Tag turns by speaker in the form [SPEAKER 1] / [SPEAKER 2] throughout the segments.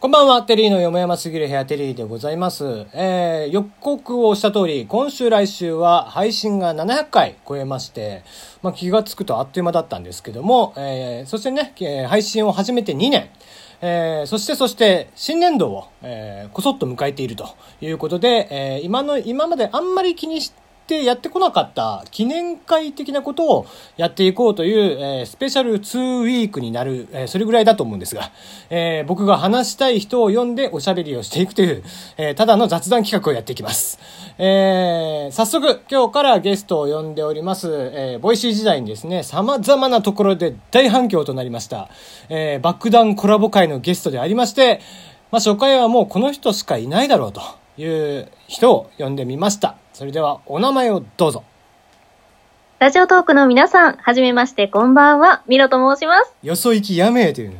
[SPEAKER 1] こんばんは、テリーのよもやますぎる部屋、テリーでございます。えー、予告をした通り、今週来週は配信が700回超えまして、まあ、気がつくとあっという間だったんですけども、えー、そしてね、えー配信を始めて2年、えー、そしてそして新年度を、えー、こそっと迎えているということで、えー、今の、今まであんまり気にしでやってこなかった記念会的なことをやっていこうという、えースペシャル2ウィークになる、えーそれぐらいだと思うんですが、えー僕が話したい人を読んでおしゃべりをしていくという、えーただの雑談企画をやっていきます。えー早速、今日からゲストを呼んでおります、えーボイシー時代にですね、様々なところで大反響となりました、えー爆弾コラボ会のゲストでありまして、まあ、初回はもうこの人しかいないだろうという人を呼んでみました。それではお名前をどうぞ。
[SPEAKER 2] ラジオトークの皆さん、はじめまして、こんばんは、ミロと申しま
[SPEAKER 1] よそ行きやめえというね。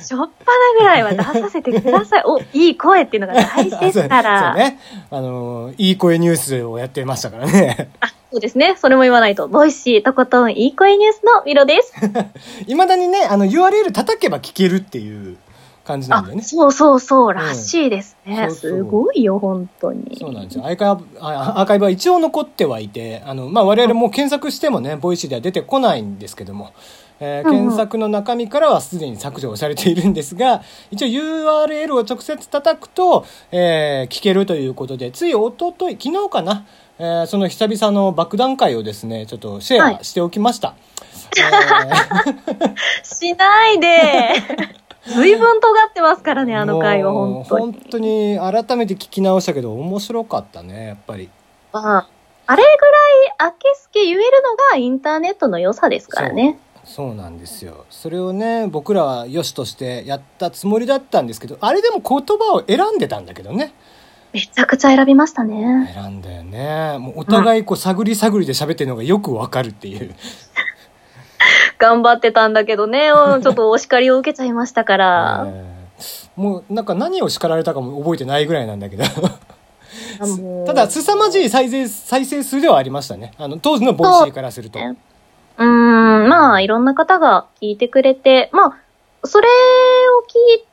[SPEAKER 2] す。しょっぱなぐらいは出させてく ださい。お、いい声っていうのが大事
[SPEAKER 1] あ
[SPEAKER 2] ですか
[SPEAKER 1] そう
[SPEAKER 2] ら。
[SPEAKER 1] そうね。あのー、いい声ニュースをやってましたからね。
[SPEAKER 2] あ、そうですね。それも言わないと。ボイシー、とことん、いい声ニュースのミロです。
[SPEAKER 1] いまだにね、あの URL 叩けば聞けるっていう感 じなん
[SPEAKER 2] あ
[SPEAKER 1] だよ、ね。
[SPEAKER 2] そうそうそう、らしいです
[SPEAKER 1] う
[SPEAKER 2] ね。
[SPEAKER 1] んそうそう
[SPEAKER 2] すごいよ、本当に。
[SPEAKER 1] そうなんですよ。アーカイブ、あアーカイブは一応残ってはいて、あの、まあ、我々も検索してもね、ボイシーでは出てこないんですけども、えー
[SPEAKER 2] うんうん
[SPEAKER 1] 検索の中身からはすでに削除をされているんですが、一応 URL を直接叩くと、えー聞けるということで、つい一昨日昨日かな、えーその久々の爆弾会をですね、ちょっとシェアしておきました。
[SPEAKER 2] しな いで随分尖ってます からね、あの回は、
[SPEAKER 1] もう
[SPEAKER 2] 本当に。
[SPEAKER 1] 本当に改めて聞き直したけど、面白かったね、やっぱり。
[SPEAKER 2] まああれぐらい、あけすけ言えるのがインターネットの良さですからね。
[SPEAKER 1] そうなんですよそれをね僕らは良しとしてやったつもりだったんですけどあれでも言葉を選んでたんだけどね
[SPEAKER 2] めちゃくちゃ選びましたね。
[SPEAKER 1] 選んだよねもうお互いこう探り探りで喋ってるのがよくわかるっていう
[SPEAKER 2] 頑張ってたんだけ どね、うんちょっとお叱りを受けちゃいましたから、
[SPEAKER 1] えーもうなんか何を叱られたかも覚えてないぐらいなんだけど
[SPEAKER 2] あもう
[SPEAKER 1] ただ凄まじい再生再生数ではありましたねあの当時のボイシーからすると
[SPEAKER 2] そうねうーん、まあ、いろんな方が聞いてくれて、まあ、それを聞い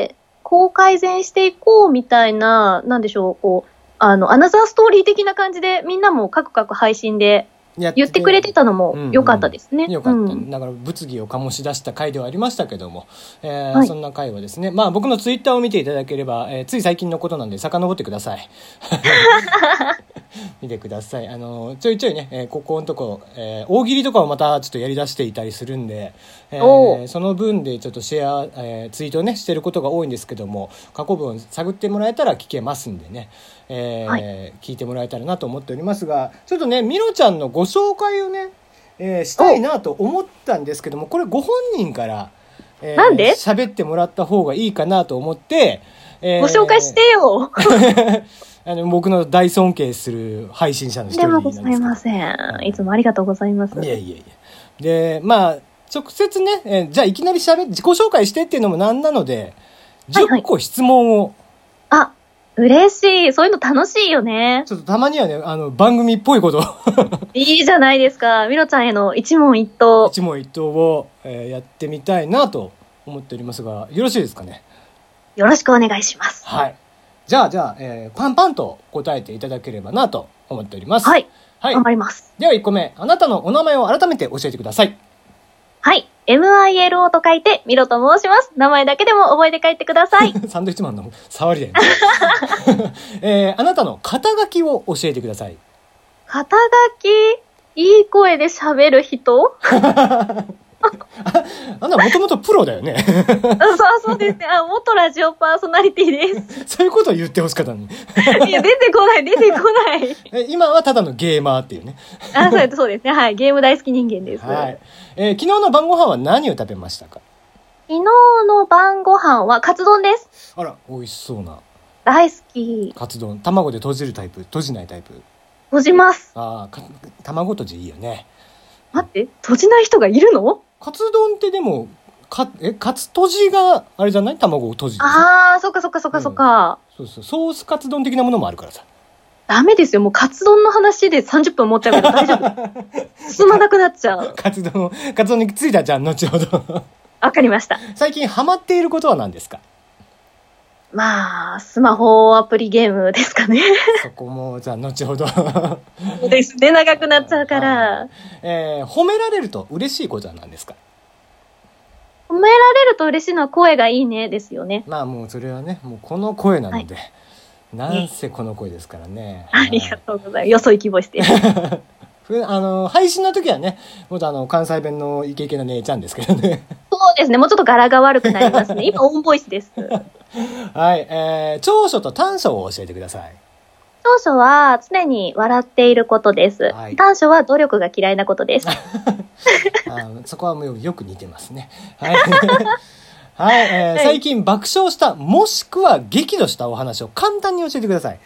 [SPEAKER 2] て、こう改善していこうみたいな、なんでしょう、こう、あの、アナザーストーリー的な感じで、みんなもカクカク配信で
[SPEAKER 1] や
[SPEAKER 2] 言ってくれてたのも
[SPEAKER 1] うん
[SPEAKER 2] 良かったですね。
[SPEAKER 1] よかった、
[SPEAKER 2] うん
[SPEAKER 1] だから物議を醸し出した回ではありましたけども、えー
[SPEAKER 2] はい
[SPEAKER 1] そんな回はですね、まあ、僕のツイッターを見ていただければ、えーつい最近のことなんで遡ってください見てくださいあのちょいちょいね、えーここのとこ、えー大喜利とかをまたちょっとやりだしていたりするんで、えー
[SPEAKER 2] おう
[SPEAKER 1] その分でちょっとシェア、えーツイートをねしてることが多いんですけども過去分探ってもらえたら聞けますんでね、えー
[SPEAKER 2] は
[SPEAKER 1] 聞いてもらえたらなと思っておりますがちょっとねみろちゃんのご紹介をね、えーしたいなと思ったんですけどもこれご本人から、えー
[SPEAKER 2] なんで
[SPEAKER 1] 喋ってもらった方がいいかなと思って、えー
[SPEAKER 2] ご紹介してよ。
[SPEAKER 1] あの僕の大尊敬する配信者の一
[SPEAKER 2] で
[SPEAKER 1] 人な
[SPEAKER 2] も
[SPEAKER 1] んで
[SPEAKER 2] ご
[SPEAKER 1] す
[SPEAKER 2] ざ
[SPEAKER 1] けど
[SPEAKER 2] いません。いつもありがとうございます。
[SPEAKER 1] いやいやいや。で、まあ、直接ね、えーじゃあいきなりしゃべ、自己紹介してっていうのもなんなので、
[SPEAKER 2] はいはい
[SPEAKER 1] 10個質問を、
[SPEAKER 2] あ、嬉しい。そういうの楽しいよね。
[SPEAKER 1] ちょっとたまにはね、あの、番組っぽいことを、
[SPEAKER 2] いいじゃないですか。ミロちゃんへの一問一答。
[SPEAKER 1] 一問一答を、えーやってみたいなと思っておりますが、よろしいですかね。
[SPEAKER 2] よろしくお願いします。
[SPEAKER 1] はい。じゃあ、じゃあ、えーパンパンと答えていただければなと思っております。
[SPEAKER 2] はい。。
[SPEAKER 1] はい
[SPEAKER 2] 頑。張ります。
[SPEAKER 1] では1個目、あなたのお名前を改めて教えてください。
[SPEAKER 2] はい。MILO と書いて、ミロと申します。名前だけでも覚えて帰ってく ださい。
[SPEAKER 1] サンドイッチマンの触りだよね。 えーあなたの肩書きを教えてください。
[SPEAKER 2] 肩書き、いい声で喋る人
[SPEAKER 1] あんなもともとプロだよね。
[SPEAKER 2] あそう、そうですね。あ、元ラジオパーソナリティです。
[SPEAKER 1] そういうことを言ってほしかったのに。
[SPEAKER 2] いや、出てこない、出てこない。
[SPEAKER 1] え今はただのゲーマーっていうね。
[SPEAKER 2] あ、そうですそうですね。はい。ゲーム大好き人間です。
[SPEAKER 1] はい。えー昨日の晩ご飯は何を食べましたか
[SPEAKER 2] 昨日の晩ご飯はカツ丼です。
[SPEAKER 1] あら、美味しそうな
[SPEAKER 2] 大好き。
[SPEAKER 1] カツ丼。卵で閉じるタイプ、閉じないタイプ。
[SPEAKER 2] 閉じます。
[SPEAKER 1] ああ、か卵閉じいいよね。
[SPEAKER 2] 待って、閉じない人がいるの
[SPEAKER 1] カツ丼ってでも、か、え、カツ閉じが、あれじゃない卵を閉じる。
[SPEAKER 2] ああ、そっかそっかそっかそっか。
[SPEAKER 1] そうそう。ソースカツ丼的なものもあるからさ。
[SPEAKER 2] ダメですよ。もうカツ丼の話で30分持っちゃう から大丈夫。進まなくなっちゃう。
[SPEAKER 1] カツ丼、カツ丼についてはじゃあ後ほど。
[SPEAKER 2] わかりました。
[SPEAKER 1] 最近ハマっていることは何です か
[SPEAKER 2] まあ、スマホアプリゲームですかね。
[SPEAKER 1] そこも、じゃあ、後ほど、
[SPEAKER 2] そうですね、長くなっちゃうから。
[SPEAKER 1] えー褒められると嬉しいことは何ですか
[SPEAKER 2] 褒められると嬉しいのは声がいいねですよね。
[SPEAKER 1] まあ、もうそれはね、もうこの声なので、なんせこの声ですからね。
[SPEAKER 2] ありがとうございます。よそ行きぼして。
[SPEAKER 1] ふあの、配信の時はね、もっとあの、関西弁のイケイケな姉ちゃんですけどね。
[SPEAKER 2] そうですね、もうちょっと柄が悪くなりますね。今、オンボイス です。
[SPEAKER 1] はい、えー長所と短所を教えてくだ さい。
[SPEAKER 2] 長所は常に笑っていることです。
[SPEAKER 1] はい
[SPEAKER 2] 短所は努力が嫌いなことです。
[SPEAKER 1] あーそこはもうよく似てますね。はい。 はい、えー
[SPEAKER 2] はい
[SPEAKER 1] 最近爆笑した、もしくは激怒したお話を簡単に教えてください。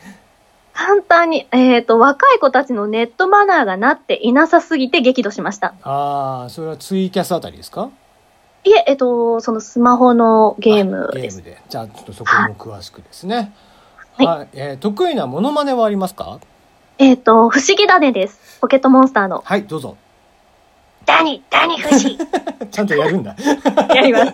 [SPEAKER 2] 簡単に、えっ、と、若い子たちのネットマナーがなっていなさすぎて激怒しました。
[SPEAKER 1] ああ、それはツイキャスあたりですか
[SPEAKER 2] いえ、えっ、と、そのスマホのゲーム
[SPEAKER 1] ゲ
[SPEAKER 2] で
[SPEAKER 1] ー
[SPEAKER 2] す。
[SPEAKER 1] ムで。じゃあ、ちょっとそこも詳しくですね。は、
[SPEAKER 2] はいい
[SPEAKER 1] えー得意なモノマネはありますか
[SPEAKER 2] えっ、と、不思議だねです。ポケットモンスターの。
[SPEAKER 1] はい、どうぞ。
[SPEAKER 2] ダニ、ダニ不思議。
[SPEAKER 1] ちゃんとやるんだ。
[SPEAKER 2] やります。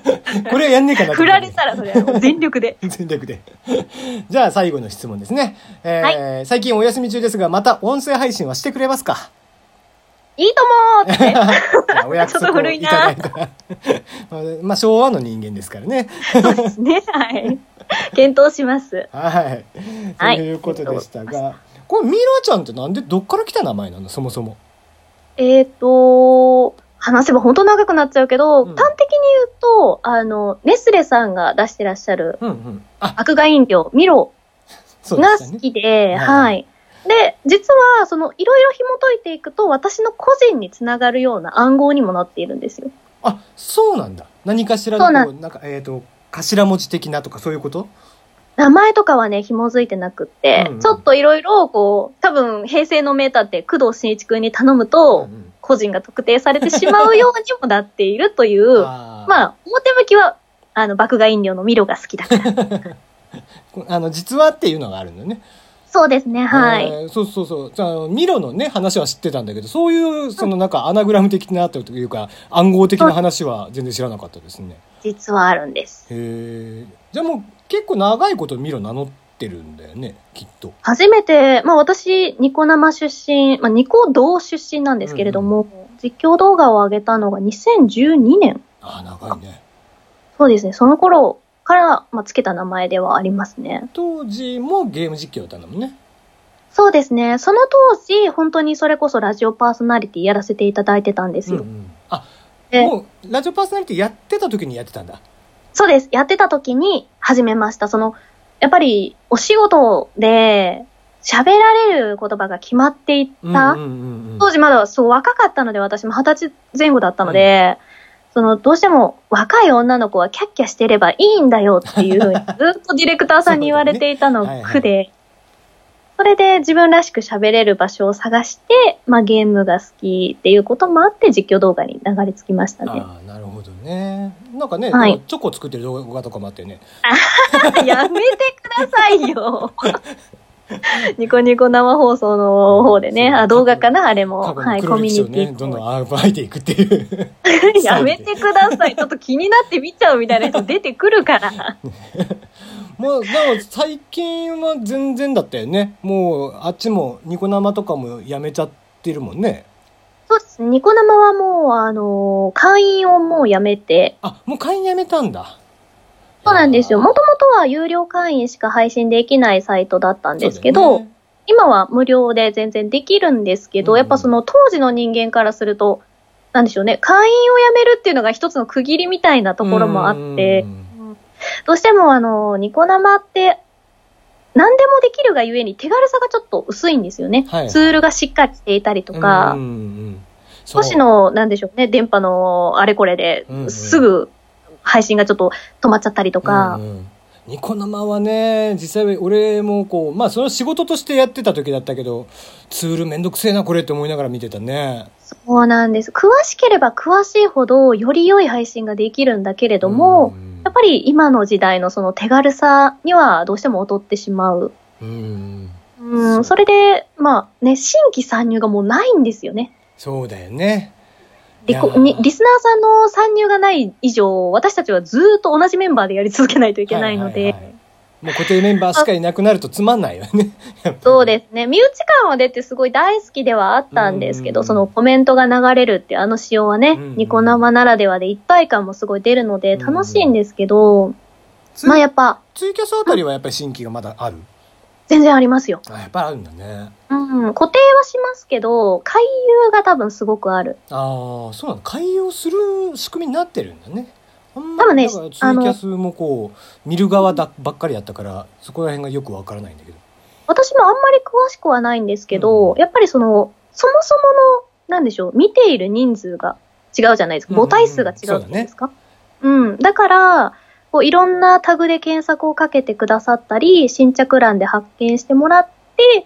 [SPEAKER 1] これはやんねえかなと
[SPEAKER 2] 振
[SPEAKER 1] 思った
[SPEAKER 2] られ
[SPEAKER 1] けど
[SPEAKER 2] たらそれ、全力で。
[SPEAKER 1] 全力で。 じゃあ最後の質問ですね。えー最近お休み中ですが、また音声配信はしてくれますか
[SPEAKER 2] いいともーって。
[SPEAKER 1] じゃあお約束をいただいた ら。まあ昭和の人間ですからね。
[SPEAKER 2] そうですね。 はい。検討します。
[SPEAKER 1] はい。
[SPEAKER 2] はい
[SPEAKER 1] ということでした
[SPEAKER 2] ありが
[SPEAKER 1] が、これミラちゃんってなんでどっから来た名前なのそもそも。
[SPEAKER 2] えっ、と、話せば本当長くなっちゃうけど、
[SPEAKER 1] うん
[SPEAKER 2] 端的に言うと、あの、ネスレさんが出してらっしゃる
[SPEAKER 1] うんうん。あ、
[SPEAKER 2] 悪我飲料、ミロ
[SPEAKER 1] そうで
[SPEAKER 2] が
[SPEAKER 1] した
[SPEAKER 2] 好
[SPEAKER 1] ね。
[SPEAKER 2] きで、
[SPEAKER 1] は
[SPEAKER 2] はいい。で、実は、その、いろいろ紐解いていくと、私の個人につながるような暗号にもなっているんですよ。
[SPEAKER 1] あ、そうなんだ。何かしら
[SPEAKER 2] そう
[SPEAKER 1] の
[SPEAKER 2] な
[SPEAKER 1] こう、なんか、えっ、と、頭文字的なとかそういうこと
[SPEAKER 2] 名前とかはね、紐づいてなくって、
[SPEAKER 1] うんうん
[SPEAKER 2] ちょっといろいろ、こう、多分、平成の名探偵、工藤新一君に頼む
[SPEAKER 1] うん、う
[SPEAKER 2] と
[SPEAKER 1] ん
[SPEAKER 2] 個人が特定されてしまうようにもなっているという、
[SPEAKER 1] あー
[SPEAKER 2] まあ、表向きは、あの、爆買い飲料のミロが好き だから。
[SPEAKER 1] あの、実はっていうのがあるんだよね。
[SPEAKER 2] そうですね、はい。
[SPEAKER 1] えーそうそうそう。じゃあ、ミロのね、話は知ってたんだけど、そういう、そのなんかアナグラム的なというか、暗号的な話は全然知らなかったですね。
[SPEAKER 2] 実はあるんです。
[SPEAKER 1] へえ。じゃあもう結構長いことミロ名乗ってるんだよね、きっと。
[SPEAKER 2] 初めて、まあ私、ニコ生出身、まあニコ動出身なんですけれども、実況動画を上げたのが2012年。
[SPEAKER 1] ああ、長いね。
[SPEAKER 2] そうですね、その頃から、まあ、つけた名前ではありますね。
[SPEAKER 1] 当時もゲーム実況だったんだもんね。
[SPEAKER 2] そうですね、その当時、本当にそれこそラジオパーソナリティやらせていただいてたんです
[SPEAKER 1] うんう
[SPEAKER 2] よ。
[SPEAKER 1] ん。あ、
[SPEAKER 2] で
[SPEAKER 1] もう、ラジオパーソナリティやってた時にやってたんだ。
[SPEAKER 2] そうです。やってた時に始めました。その、やっぱりお仕事で喋られる言葉が決まっていった。
[SPEAKER 1] うんうんうん。
[SPEAKER 2] 当時まだそう若かったので、私も二十歳前後だったので、その、どうしても若い女の子はキャッキャしてればいいんだよっていうふうに ずっとディレクターさんに言われていた
[SPEAKER 1] そ
[SPEAKER 2] の
[SPEAKER 1] うだね
[SPEAKER 2] が
[SPEAKER 1] はいはい
[SPEAKER 2] 苦で、それで自分らしく喋れる場所を探して、まあゲームが好きっていうこともあって実況動画に流れ着きましたね。
[SPEAKER 1] ああ、なるほどね。なんかね、
[SPEAKER 2] はい
[SPEAKER 1] チョコ作ってる動画とかもあってね。
[SPEAKER 2] やめてくださいよ。 ニコニコ生放送の方でね、あ動画かなあれも。
[SPEAKER 1] 過去
[SPEAKER 2] は
[SPEAKER 1] の
[SPEAKER 2] い、
[SPEAKER 1] 黒
[SPEAKER 2] コミ
[SPEAKER 1] 歴史を
[SPEAKER 2] ュニテ
[SPEAKER 1] ね、
[SPEAKER 2] ィ。
[SPEAKER 1] どんどん暴いていくっていう。
[SPEAKER 2] やめてください。ちょっと気になって見ちゃうみたいな人出てくるから。
[SPEAKER 1] もう、でも最近は全然だったよね。もう、あっちもニコ生とかもやめちゃってるもんね。
[SPEAKER 2] そうですね。ニコ生はもう、あのー会員をもうやめて。
[SPEAKER 1] あ、もう会員やめたんだ。
[SPEAKER 2] そうなんですよ。
[SPEAKER 1] いや
[SPEAKER 2] もともとは有料会員しか配信できないサイトだったん
[SPEAKER 1] ー
[SPEAKER 2] ですけど、
[SPEAKER 1] そうだよね
[SPEAKER 2] 今は無料で全然できるんですけど、
[SPEAKER 1] うんうん
[SPEAKER 2] やっぱその当時の人間からすると、なんでしょうね、会員を辞めるっていうのが一つの区切りみたいなところもあっ
[SPEAKER 1] う、
[SPEAKER 2] て
[SPEAKER 1] ん
[SPEAKER 2] どうしてもあの、ニコ生って、何でもできるがゆえに手軽さがちょっと薄いんですよね。
[SPEAKER 1] はい
[SPEAKER 2] ツールがしっかりしていたりとか、
[SPEAKER 1] うんうん
[SPEAKER 2] 少し、の、なんでしょうね、電波のあれこれで
[SPEAKER 1] うんう、ん
[SPEAKER 2] すぐ配信がちょっと止まっちゃったりと
[SPEAKER 1] そう
[SPEAKER 2] か、
[SPEAKER 1] うんうんニコ生はね、実際俺もこう、まあその仕事としてやってた時だったけど、ツールめんどくせえなこれって思いながら見てたね。
[SPEAKER 2] そうなんです。詳しければ詳しいほど、より良い配信ができるんだけれども、
[SPEAKER 1] うん
[SPEAKER 2] やっぱり今の時代のその手軽さにはどうしても劣ってしまう。
[SPEAKER 1] うん。
[SPEAKER 2] う、
[SPEAKER 1] そうん
[SPEAKER 2] それで、まあね、新規参入がもうないんですよね。
[SPEAKER 1] そうだよね。
[SPEAKER 2] リコ
[SPEAKER 1] いやー
[SPEAKER 2] にリスナーさんの参入がない以上、私たちはずーっと同じメンバーでやり続けないといけないので、
[SPEAKER 1] はははいもう固定メンバーしかいなくなるとつまんないよね。やっぱり
[SPEAKER 2] そうですね。身内感は出てすごい大好きではあったんですけ
[SPEAKER 1] う
[SPEAKER 2] ど、
[SPEAKER 1] ん
[SPEAKER 2] そのコメントが流れるってあの仕様はね、
[SPEAKER 1] うん
[SPEAKER 2] ニコ生ならではで一体感もすごい出るので
[SPEAKER 1] うん
[SPEAKER 2] 楽しいんですけど、
[SPEAKER 1] ツイ
[SPEAKER 2] まあやっぱ
[SPEAKER 1] ツイキャスあたりはやっぱり新規がまだある。
[SPEAKER 2] 全然ありますよ。
[SPEAKER 1] あ、やっぱりあるんだね。
[SPEAKER 2] うん。固定はしますけど、回遊が多分すごくある。
[SPEAKER 1] ああ、そうなの。開用する仕組みになってるんだね。あん
[SPEAKER 2] 多分ね
[SPEAKER 1] だからツイキャスもこう、見る側だばっかりやったから、そこら辺がよくわからないんだけど。
[SPEAKER 2] 私もあんまり詳しくはないんですけど、
[SPEAKER 1] うん
[SPEAKER 2] やっぱりその、そもそもの、なんでしょう、見ている人数が違うじゃないですか。
[SPEAKER 1] うんうんうん
[SPEAKER 2] 母体数が違うじゃないですか。うん。だから、こういろんなタグで検索をかけてくださったり、新着欄で発見してもらって、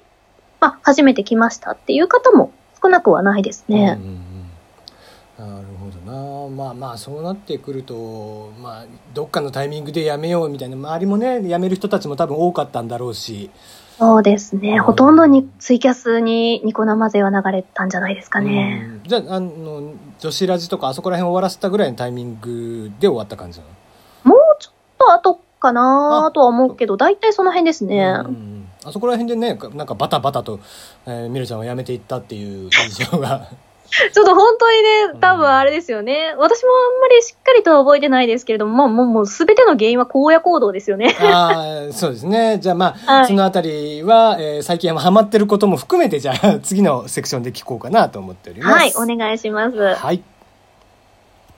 [SPEAKER 2] まあ、初めて来ましたっていう方も少なくはないですね。
[SPEAKER 1] うんうんうん、なるほどなまあまあそうなってくると、まあ、どっかのタイミングでやめようみたいな周りもねやめる人たちも多分多かったんだろうし、
[SPEAKER 2] そうですね。
[SPEAKER 1] うん
[SPEAKER 2] ほとんどにツイキャスにニコ生勢は流れたんじゃないですかね。
[SPEAKER 1] うんじゃああの女子ラジとかあそこら辺終わらせたぐらいのタイミングで終わった感じなの
[SPEAKER 2] と、あとかなとは思うけど、だいたいその辺ですね。
[SPEAKER 1] うんうんあそこら辺でねかなんかバタバタと、えー、ミルちゃんは辞めていったっていう印象 が
[SPEAKER 2] ちょっと本当に
[SPEAKER 1] うん
[SPEAKER 2] ね、多分あれですよね。私もあんまりしっかりとは覚えてないですけれども、まあもう、もうすべての原因は荒野行動ですよね。
[SPEAKER 1] ああそうですねじゃあまあ、
[SPEAKER 2] はい
[SPEAKER 1] そのあたりは、えー最近ハマってることも含めてじゃあ次のセクションで聞こうかなと思っております。
[SPEAKER 2] はい、お願いします。
[SPEAKER 1] はい